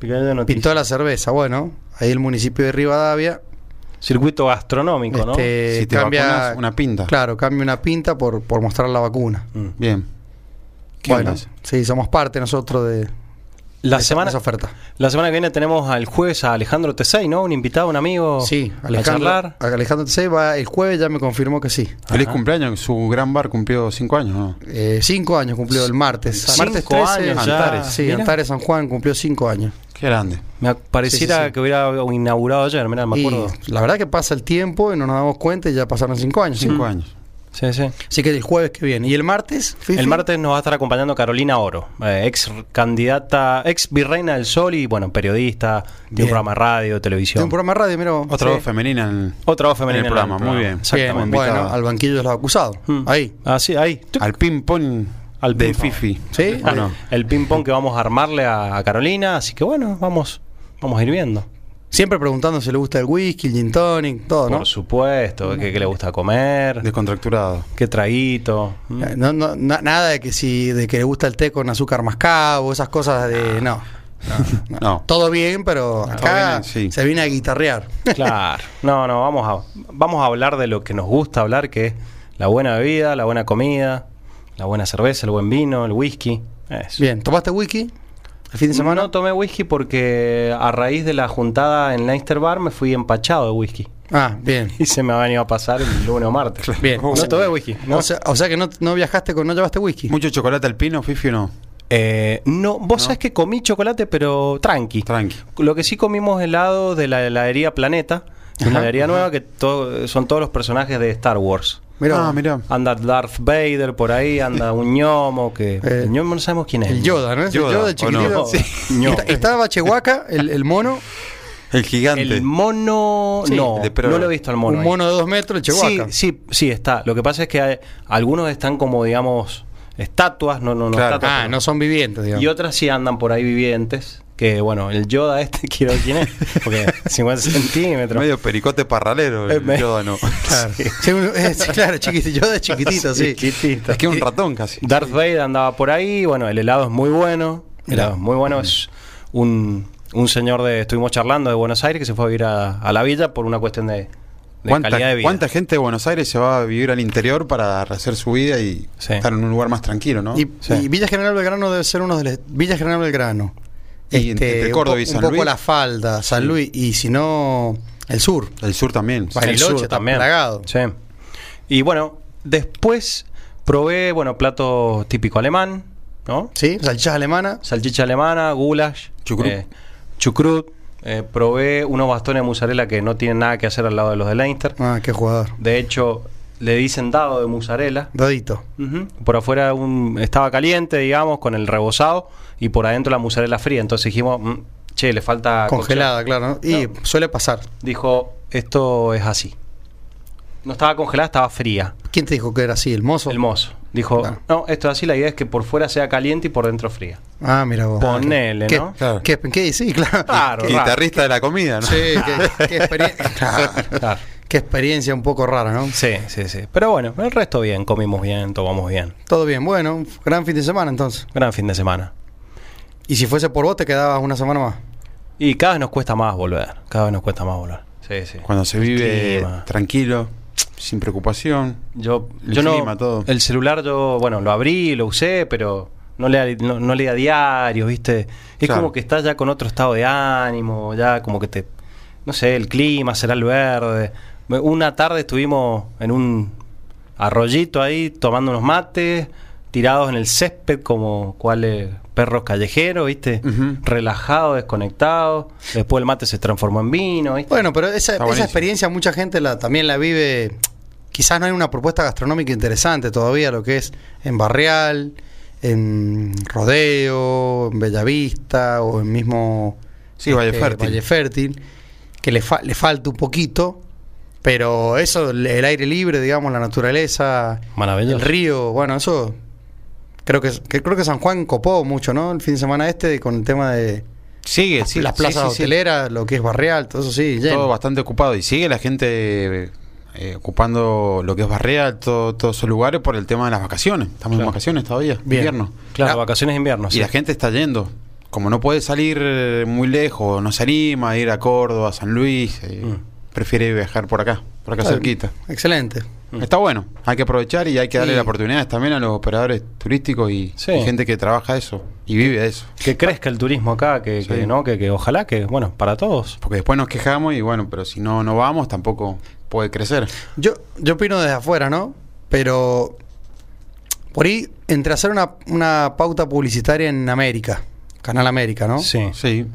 [SPEAKER 2] Picadillo de noticias.
[SPEAKER 3] pintó la cerveza, bueno, ahí el municipio de Rivadavia,
[SPEAKER 2] Circuito gastronómico,
[SPEAKER 3] este,
[SPEAKER 4] si te
[SPEAKER 3] cambia...
[SPEAKER 4] vacunas, una pinta.
[SPEAKER 3] Claro, cambia una pinta por, por mostrar la vacuna.
[SPEAKER 2] ¿no? Mm.
[SPEAKER 4] Bien. ¿Qué
[SPEAKER 3] bueno,
[SPEAKER 4] onda?
[SPEAKER 3] sí, somos parte nosotros de,
[SPEAKER 2] La
[SPEAKER 3] de esa-
[SPEAKER 2] semana,
[SPEAKER 3] de esa oferta.
[SPEAKER 2] la semana que viene tenemos al jueves a Alejandro Tesey, ¿no? Un invitado, un amigo.
[SPEAKER 3] Sí,
[SPEAKER 2] Oh, A
[SPEAKER 3] Alejandro,
[SPEAKER 2] charlar.
[SPEAKER 3] Alejandro Tse va el jueves, ya me confirmó que sí.
[SPEAKER 4] Feliz
[SPEAKER 2] Ajá.
[SPEAKER 4] cumpleaños, su gran bar cumplió cinco años, ¿no?
[SPEAKER 3] Eh, cinco años cumplió el martes.
[SPEAKER 2] Cinco
[SPEAKER 3] martes 13,
[SPEAKER 2] años
[SPEAKER 4] ya.
[SPEAKER 3] Antares. Sí,
[SPEAKER 2] Mira.
[SPEAKER 3] Antares San Juan cumplió cinco años.
[SPEAKER 4] Qué grande.
[SPEAKER 2] Me pareciera
[SPEAKER 3] Sí, sí, sí.
[SPEAKER 2] que hubiera inaugurado ayer, mirá, me
[SPEAKER 3] Y
[SPEAKER 2] acuerdo.
[SPEAKER 3] la verdad que pasa el tiempo y no nos damos cuenta y ya pasaron cinco años. Mm.
[SPEAKER 4] Cinco años.
[SPEAKER 2] Sí, sí.
[SPEAKER 3] Así que el jueves que viene. ¿Y el martes? Fifi?
[SPEAKER 2] El martes nos va a estar acompañando Carolina Oro, eh, ex candidata, ex virreina del Sol y bueno, periodista, de
[SPEAKER 3] Bien.
[SPEAKER 2] un programa de radio,
[SPEAKER 3] Tiene
[SPEAKER 2] televisión.
[SPEAKER 3] un programa de radio, mira. vos.
[SPEAKER 4] Otra
[SPEAKER 3] Sí.
[SPEAKER 4] voz femenina en-
[SPEAKER 2] Otra voz femenina
[SPEAKER 4] En el
[SPEAKER 2] en
[SPEAKER 4] programa, muy bien.
[SPEAKER 3] Bien,
[SPEAKER 2] Exactamente.
[SPEAKER 3] bueno,
[SPEAKER 4] invitada.
[SPEAKER 3] al banquillo de los acusados.
[SPEAKER 2] Mm.
[SPEAKER 3] Ahí.
[SPEAKER 2] Así, ahí. Tuc.
[SPEAKER 4] al ping-pong
[SPEAKER 2] Al
[SPEAKER 4] de
[SPEAKER 2] ping-pong.
[SPEAKER 4] Fifi.
[SPEAKER 3] ¿Sí?
[SPEAKER 4] ¿O no?
[SPEAKER 2] El ping pong que vamos a armarle a, a Carolina, así que bueno, vamos, vamos a ir viendo.
[SPEAKER 3] Siempre preguntando si le gusta el whisky, el gin tonic, todo, ¿no?
[SPEAKER 2] Por supuesto, ¿qué, qué le gusta comer?
[SPEAKER 4] Descontracturado.
[SPEAKER 2] ¿Qué traguito? Mm.
[SPEAKER 3] Eh, No, no, na- nada de que si de que le gusta el té con azúcar mascabo, esas cosas de no.
[SPEAKER 4] No.
[SPEAKER 3] Todo bien, pero acá
[SPEAKER 4] bien, sí.
[SPEAKER 3] se viene a guitarrear.
[SPEAKER 2] Claro. No, no, vamos a, vamos a hablar de lo que nos gusta hablar, que es la buena bebida, la buena comida, la buena cerveza, el buen vino, el whisky. Eso.
[SPEAKER 3] Bien, ¿tomaste whisky el fin de semana?
[SPEAKER 2] Mm, No tomé whisky porque a raíz de la juntada en Leinster Bar me fui empachado de whisky.
[SPEAKER 3] Ah, bien.
[SPEAKER 2] Y se me ha venido a pasar el lunes o martes.
[SPEAKER 3] Bien.
[SPEAKER 2] No tomé whisky. No,
[SPEAKER 3] O, sea, o sea que no, no viajaste con, no llevaste whisky.
[SPEAKER 4] Mucho chocolate al pino, Fifi, o no.
[SPEAKER 2] Eh, no vos sabés que comí chocolate, pero tranqui.
[SPEAKER 4] Tranqui.
[SPEAKER 2] Lo que sí comimos helado de la heladería Planeta, que es
[SPEAKER 3] Ajá.
[SPEAKER 2] una heladería nueva que to- son todos los personajes de Star Wars.
[SPEAKER 3] Mirá,
[SPEAKER 4] ah, mirá.
[SPEAKER 2] Anda Darth Vader por ahí, anda un ñomo que.
[SPEAKER 3] Eh,
[SPEAKER 2] el ñomo no sabemos quién es.
[SPEAKER 3] el Yoda, ¿no? Es
[SPEAKER 4] Yoda,
[SPEAKER 3] el Yoda, el
[SPEAKER 4] ¿o no?
[SPEAKER 3] chiquitito.
[SPEAKER 2] Sí.
[SPEAKER 3] No. Está- Estaba Chehuaca, el, el mono,
[SPEAKER 4] El gigante.
[SPEAKER 2] El mono.
[SPEAKER 3] Sí.
[SPEAKER 2] no,
[SPEAKER 4] El de Prora.
[SPEAKER 2] no lo he visto al mono.
[SPEAKER 3] un
[SPEAKER 2] ahí.
[SPEAKER 3] mono de dos metros, el Chehuaca.
[SPEAKER 2] Sí, sí, sí, está. Lo que pasa es que hay- algunos están como, digamos, estatuas, no, no, no,
[SPEAKER 4] Claro.
[SPEAKER 2] estatuas,
[SPEAKER 3] Ah,
[SPEAKER 2] pero-
[SPEAKER 3] no son vivientes, digamos.
[SPEAKER 2] Y otras sí andan por ahí vivientes. Que bueno, el Yoda este, quiero ver quién es, porque 50 centímetros.
[SPEAKER 4] Medio pericote parralero,
[SPEAKER 2] Eh,
[SPEAKER 4] el
[SPEAKER 2] me-
[SPEAKER 4] Yoda, no.
[SPEAKER 3] Claro, Sí, un- es- claro chiquitito, Yoda es chiquitito, sí.
[SPEAKER 2] Chiquitito.
[SPEAKER 4] Es que es un ratón casi.
[SPEAKER 2] Darth Vader andaba por ahí. Bueno, el helado es muy bueno. El helado es muy bueno. Es un, un señor de. Estuvimos charlando de Buenos Aires que se fue a vivir a, a la villa por una cuestión de, de
[SPEAKER 4] ¿Cuánta,
[SPEAKER 2] calidad de vida.
[SPEAKER 4] cuánta gente de Buenos Aires se va a vivir al interior para rehacer su vida y
[SPEAKER 2] Sí.
[SPEAKER 4] estar en un lugar más tranquilo, no?
[SPEAKER 3] Y,
[SPEAKER 2] Sí.
[SPEAKER 3] y Villa General Belgrano debe ser uno de los. Villa General Belgrano. Este,
[SPEAKER 4] Y entre
[SPEAKER 3] un
[SPEAKER 4] Córdoba
[SPEAKER 3] po-
[SPEAKER 4] y San
[SPEAKER 3] Un poco
[SPEAKER 4] Luis.
[SPEAKER 3] la falda, San Luis, y si no, el sur.
[SPEAKER 4] El sur también.
[SPEAKER 3] Vale. Bariloche está plagado.
[SPEAKER 2] Sí. Y bueno, después probé, bueno, plato típico alemán, ¿no?
[SPEAKER 3] ¿Sí? Salchichas alemanas.
[SPEAKER 2] Salchicha alemana, goulash,
[SPEAKER 4] Chucrut.
[SPEAKER 2] eh, chucrut. Eh, probé unos bastones de mozzarella que no tienen nada que hacer al lado de los de Leinster.
[SPEAKER 3] Ah, qué jugador.
[SPEAKER 2] De hecho, le dicen dado de mozzarella.
[SPEAKER 3] Dadito.
[SPEAKER 2] Ujú. Por afuera un, estaba caliente, digamos, con el rebozado y por adentro la mozzarella fría. Entonces dijimos, "Mm, che, le falta
[SPEAKER 3] Congelada,
[SPEAKER 2] cocción".
[SPEAKER 3] claro. ¿no? Y
[SPEAKER 2] Ah, No.
[SPEAKER 3] suele pasar.
[SPEAKER 2] Dijo, esto es así. No estaba congelada, estaba fría.
[SPEAKER 3] ¿Quién te dijo que era así? ¿El mozo?
[SPEAKER 2] El mozo. Dijo,
[SPEAKER 3] Claro.
[SPEAKER 2] no, esto es así, la idea es que por fuera sea caliente y por dentro fría.
[SPEAKER 3] Ah, mira vos.
[SPEAKER 2] Ponele,
[SPEAKER 3] ¿Qué,
[SPEAKER 2] ¿no?
[SPEAKER 4] Claro.
[SPEAKER 3] qué- qué- sí,
[SPEAKER 2] Claro,
[SPEAKER 3] claro. Qué-
[SPEAKER 2] raro.
[SPEAKER 4] Guitarrista de la comida, ¿no?
[SPEAKER 3] Sí, qué, qué experiencia. claro.
[SPEAKER 2] Claro.
[SPEAKER 3] Qué experiencia un poco rara, ¿no?
[SPEAKER 2] Sí, sí, sí. Pero bueno, el resto bien, comimos bien, tomamos bien.
[SPEAKER 3] Todo bien. Bueno, un gran fin de semana entonces.
[SPEAKER 2] Gran fin de semana.
[SPEAKER 3] Y si fuese por vos, te quedabas una semana más.
[SPEAKER 2] Y cada vez nos cuesta más volver, cada vez nos cuesta más volver. Sí, sí.
[SPEAKER 4] Cuando se vive
[SPEAKER 2] clima.
[SPEAKER 4] tranquilo, sin preocupación.
[SPEAKER 2] Yo,
[SPEAKER 4] El
[SPEAKER 2] yo
[SPEAKER 4] clima,
[SPEAKER 2] no.
[SPEAKER 4] todo.
[SPEAKER 2] El celular yo, bueno, lo abrí, lo usé, pero no le no, no lea diario, ¿viste? Es
[SPEAKER 4] Claro.
[SPEAKER 2] como que estás ya con otro estado de ánimo, ya como que te. No sé, el clima será el verde. Me- Una tarde estuvimos en un arroyito ahí tomando unos mates, tirados en el césped como cuales perros callejeros, ¿viste?
[SPEAKER 4] Ujú.
[SPEAKER 2] Relajados, desconectados. Después el mate se transformó en vino, ¿viste?
[SPEAKER 3] Bueno, pero esa, esa
[SPEAKER 4] buenísimo.
[SPEAKER 3] experiencia mucha gente la, también la vive. Quizás no hay una propuesta gastronómica interesante todavía, lo que es en Barrial, en Rodeo, en Bellavista o en mismo
[SPEAKER 2] Este,
[SPEAKER 3] este,
[SPEAKER 4] Sí, Valle Fértil.
[SPEAKER 3] Valle Fértil, que le, fa- le falta un poquito, pero eso, el el aire libre, digamos, la naturaleza,
[SPEAKER 2] Maravilloso.
[SPEAKER 3] el río, bueno, eso creo que, que- creo que San Juan copó mucho, ¿no? El fin de semana este con el tema de
[SPEAKER 4] Sigue,
[SPEAKER 2] Ah,
[SPEAKER 3] las- las plazas hoteleras, lo que es Barrial, todo eso sí, lleno.
[SPEAKER 4] Todo bastante ocupado. Y sigue la gente eh, ocupando lo que es Barrea, todo- todos esos lugares por el tema de las vacaciones. Estamos en
[SPEAKER 2] Claro.
[SPEAKER 4] vacaciones todavía,
[SPEAKER 3] Bien.
[SPEAKER 4] invierno.
[SPEAKER 2] Claro,
[SPEAKER 3] Ah.
[SPEAKER 2] vacaciones de invierno.
[SPEAKER 4] Y
[SPEAKER 2] sí.
[SPEAKER 4] la gente está yendo. Como no puede salir eh, muy lejos, no se anima a ir a Córdoba, a San Luis, eh,
[SPEAKER 2] Mm.
[SPEAKER 4] prefiere viajar por acá, por acá
[SPEAKER 3] Claro,
[SPEAKER 4] cerquita.
[SPEAKER 3] Excelente.
[SPEAKER 2] Mm.
[SPEAKER 4] Está bueno, hay que aprovechar y hay que darle
[SPEAKER 3] Y-
[SPEAKER 4] las oportunidades también a los operadores turísticos y,
[SPEAKER 2] Sí.
[SPEAKER 4] y gente que trabaja eso y vive de eso.
[SPEAKER 2] que crezca el turismo acá, que,
[SPEAKER 4] Sí.
[SPEAKER 2] que, no, que, que ojalá que, bueno, para todos.
[SPEAKER 4] Porque después nos quejamos y bueno, pero si no, no vamos, tampoco puede crecer.
[SPEAKER 3] Yo, yo opino desde afuera, ¿no? Pero por ahí, entre hacer una, una pauta publicitaria en América, Canal América, ¿no?
[SPEAKER 2] Sí.
[SPEAKER 4] Sí,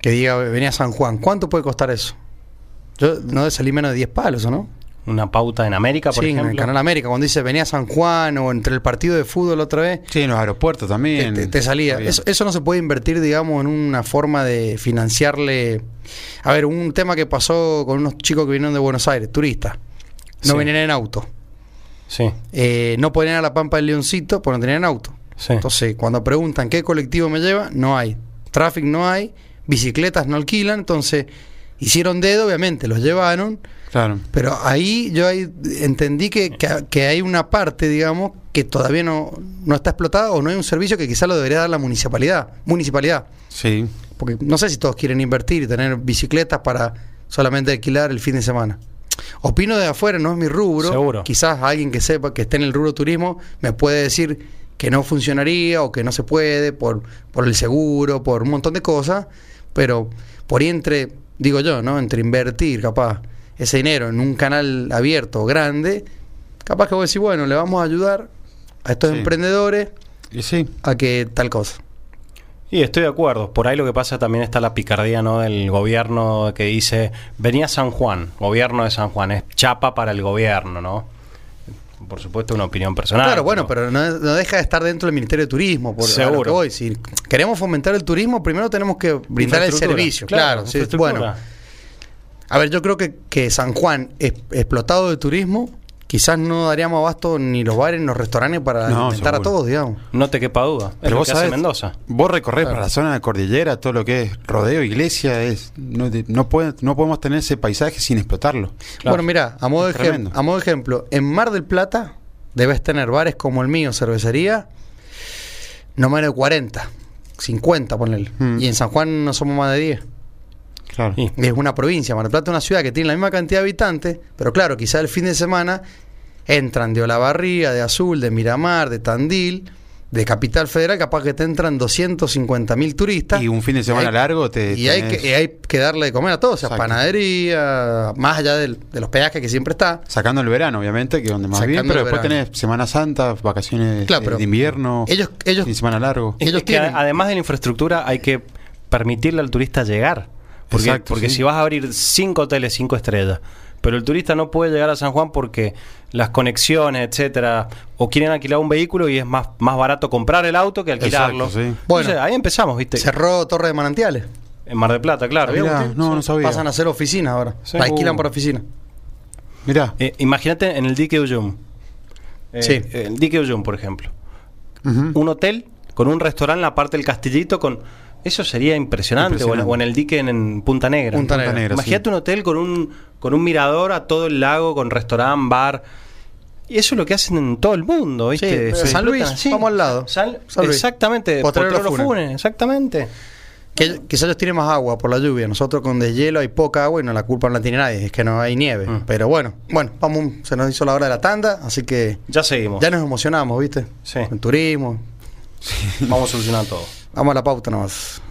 [SPEAKER 3] Que diga, venía a San Juan, ¿cuánto puede costar eso? Yo no de salir menos de 10 palos, ¿o no?
[SPEAKER 2] Una pauta en América, por
[SPEAKER 3] sí, en
[SPEAKER 2] ejemplo.
[SPEAKER 3] el Canal América, cuando dice venía a San Juan o entre el partido de fútbol otra vez,
[SPEAKER 4] sí, en los aeropuertos
[SPEAKER 3] te,
[SPEAKER 4] también.
[SPEAKER 3] te- te salía.
[SPEAKER 4] Está bien.
[SPEAKER 3] Eso, eso no se puede invertir, digamos, en una forma de financiarle. A ver, un tema que pasó con unos chicos que vinieron de Buenos Aires, turistas. No
[SPEAKER 2] Sí.
[SPEAKER 3] venían en auto.
[SPEAKER 2] Sí,
[SPEAKER 3] Eh, no podían ir a la Pampa del Leoncito porque no tenían auto.
[SPEAKER 2] sí.
[SPEAKER 3] Entonces, cuando preguntan qué colectivo me lleva, no hay. Tráfico no hay, bicicletas no alquilan, entonces Hicieron dedo, obviamente, los llevaron,
[SPEAKER 4] Claro.
[SPEAKER 3] pero ahí yo ahí entendí que, que- que hay una parte, digamos, que todavía no, no está explotada o no hay un servicio que quizá lo debería dar la municipalidad. Municipalidad.
[SPEAKER 4] Sí.
[SPEAKER 3] Porque no sé si todos quieren invertir y tener bicicletas para solamente alquilar el fin de semana. Opino de afuera, no es mi rubro.
[SPEAKER 2] Seguro.
[SPEAKER 3] Quizás alguien que sepa que esté en el rubro turismo me puede decir que no funcionaría o que no se puede por, por el seguro, por un montón de cosas. Pero por ahí entre, digo yo, ¿no? Entre invertir, capaz, ese dinero en un canal abierto o grande, capaz que vos decís, bueno, le vamos a ayudar a estos
[SPEAKER 4] Sí.
[SPEAKER 3] emprendedores
[SPEAKER 4] Y sí.
[SPEAKER 3] a que tal cosa.
[SPEAKER 2] Y estoy de acuerdo. Por ahí lo que pasa también está la picardía ¿no? del gobierno que dice, venía San Juan, gobierno de San Juan, es chapa para el gobierno, ¿no? Por supuesto, una opinión personal.
[SPEAKER 3] Claro, bueno, pero no, no deja de estar dentro del Ministerio de Turismo, por a lo
[SPEAKER 2] Seguro.
[SPEAKER 3] que voy. Si queremos fomentar el turismo, primero tenemos que brindar el
[SPEAKER 2] Infraestructura.
[SPEAKER 3] servicio. Claro, sí,
[SPEAKER 2] infraestructura.
[SPEAKER 3] bueno. A ver, yo creo que, que San Juan, es- explotado de turismo, quizás no daríamos abasto ni los bares ni los restaurantes para
[SPEAKER 4] No,
[SPEAKER 3] alimentar a
[SPEAKER 4] seguro.
[SPEAKER 3] todos, digamos.
[SPEAKER 2] No te quepa duda. Es
[SPEAKER 4] Pero
[SPEAKER 2] lo
[SPEAKER 4] vos
[SPEAKER 2] que hace
[SPEAKER 4] sabés,
[SPEAKER 2] Mendoza.
[SPEAKER 4] vos recorres para la zona de cordillera, todo lo que es rodeo, iglesia, es no, te- no, puede- no podemos tener ese paisaje sin explotarlo.
[SPEAKER 2] Claro.
[SPEAKER 3] Bueno, mira, a modo, de
[SPEAKER 4] Es
[SPEAKER 3] ejem-
[SPEAKER 4] tremendo.
[SPEAKER 3] a modo de ejemplo, en Mar del Plata debes tener bares como el mío, cervecería, no menos de 40, 50, ponele.
[SPEAKER 4] Mm.
[SPEAKER 3] Y en San Juan no somos más de 10.
[SPEAKER 4] Claro.
[SPEAKER 2] Y-
[SPEAKER 3] Es una provincia, Mar del Plata es una ciudad que tiene la misma cantidad de habitantes, pero claro, quizá el fin de semana entran de Olavarría, de Azul, de Miramar, de Tandil, de Capital Federal, capaz que te entran 250 mil turistas.
[SPEAKER 4] Y un fin de semana
[SPEAKER 3] hay-
[SPEAKER 4] largo te.
[SPEAKER 3] y hay,
[SPEAKER 4] tenés
[SPEAKER 3] que, y hay que darle de comer a todos, o sea,
[SPEAKER 4] Exacto.
[SPEAKER 3] panadería, más allá del- de los peajes que siempre está.
[SPEAKER 4] Sacando el verano, obviamente, que es donde más
[SPEAKER 3] Sacando
[SPEAKER 4] bien, pero
[SPEAKER 3] el
[SPEAKER 4] después
[SPEAKER 3] verano.
[SPEAKER 4] tenés Semana Santa, vacaciones
[SPEAKER 3] Claro,
[SPEAKER 4] eh,
[SPEAKER 3] pero
[SPEAKER 4] de invierno,
[SPEAKER 3] Ellos, ellos
[SPEAKER 4] fin de semana largo.
[SPEAKER 3] ellos
[SPEAKER 2] es que
[SPEAKER 3] tienen.
[SPEAKER 2] a- además de la infraestructura hay que permitirle al turista llegar. Porque,
[SPEAKER 4] Exacto,
[SPEAKER 2] porque
[SPEAKER 4] sí.
[SPEAKER 2] si vas a abrir cinco hoteles, cinco estrellas, pero el turista no puede llegar a San Juan porque las conexiones, etcétera, o quieren alquilar un vehículo y es más, más barato comprar el auto que alquilarlo.
[SPEAKER 4] Exacto, sí.
[SPEAKER 3] Bueno.
[SPEAKER 2] Entonces, ahí empezamos, ¿viste?
[SPEAKER 3] cerró Torre de Manantiales.
[SPEAKER 2] En Mar del Plata, claro.
[SPEAKER 4] Ah, Mirá, no, no sabía.
[SPEAKER 3] Pasan a hacer oficinas ahora.
[SPEAKER 2] Sí.
[SPEAKER 3] La alquilan
[SPEAKER 2] Uh.
[SPEAKER 3] por oficina.
[SPEAKER 4] Mirá.
[SPEAKER 2] Eh, Imagínate en el dique Uyum. Eh,
[SPEAKER 3] Sí.
[SPEAKER 2] El dique Uyum, por ejemplo.
[SPEAKER 4] Ujú.
[SPEAKER 2] un hotel con un restaurante en la parte del castillito con eso sería impresionante,
[SPEAKER 4] Impresionante.
[SPEAKER 2] O, en, o en el dique en, en Punta Negra.
[SPEAKER 3] Punta Negra.
[SPEAKER 4] Negra,
[SPEAKER 2] Imagínate
[SPEAKER 4] sí.
[SPEAKER 2] un hotel con un con un mirador a todo el lago, con restaurante, bar. Y eso es lo que hacen en todo el mundo, ¿viste?
[SPEAKER 3] pero
[SPEAKER 2] Se
[SPEAKER 3] San
[SPEAKER 2] explotan
[SPEAKER 3] Luis,
[SPEAKER 2] así.
[SPEAKER 3] vamos al lado.
[SPEAKER 2] San-
[SPEAKER 3] San Luis.
[SPEAKER 2] Exactamente,
[SPEAKER 3] Potrero
[SPEAKER 2] Potrero
[SPEAKER 3] Los Funes.
[SPEAKER 2] Funes, exactamente.
[SPEAKER 3] Que, ellos- quizá ellos tienen más agua por la lluvia. Nosotros con deshielo hay poca agua y no la culpa no la tiene nadie. Es que no hay nieve.
[SPEAKER 2] Mm.
[SPEAKER 3] Pero bueno, bueno, vamos, se nos hizo la hora de la tanda, así que
[SPEAKER 2] Ya seguimos.
[SPEAKER 3] ya nos emocionamos, ¿viste?
[SPEAKER 2] Sí.
[SPEAKER 3] El turismo.
[SPEAKER 2] Vamos a solucionar todo.
[SPEAKER 3] Vamos a la pauta nomás.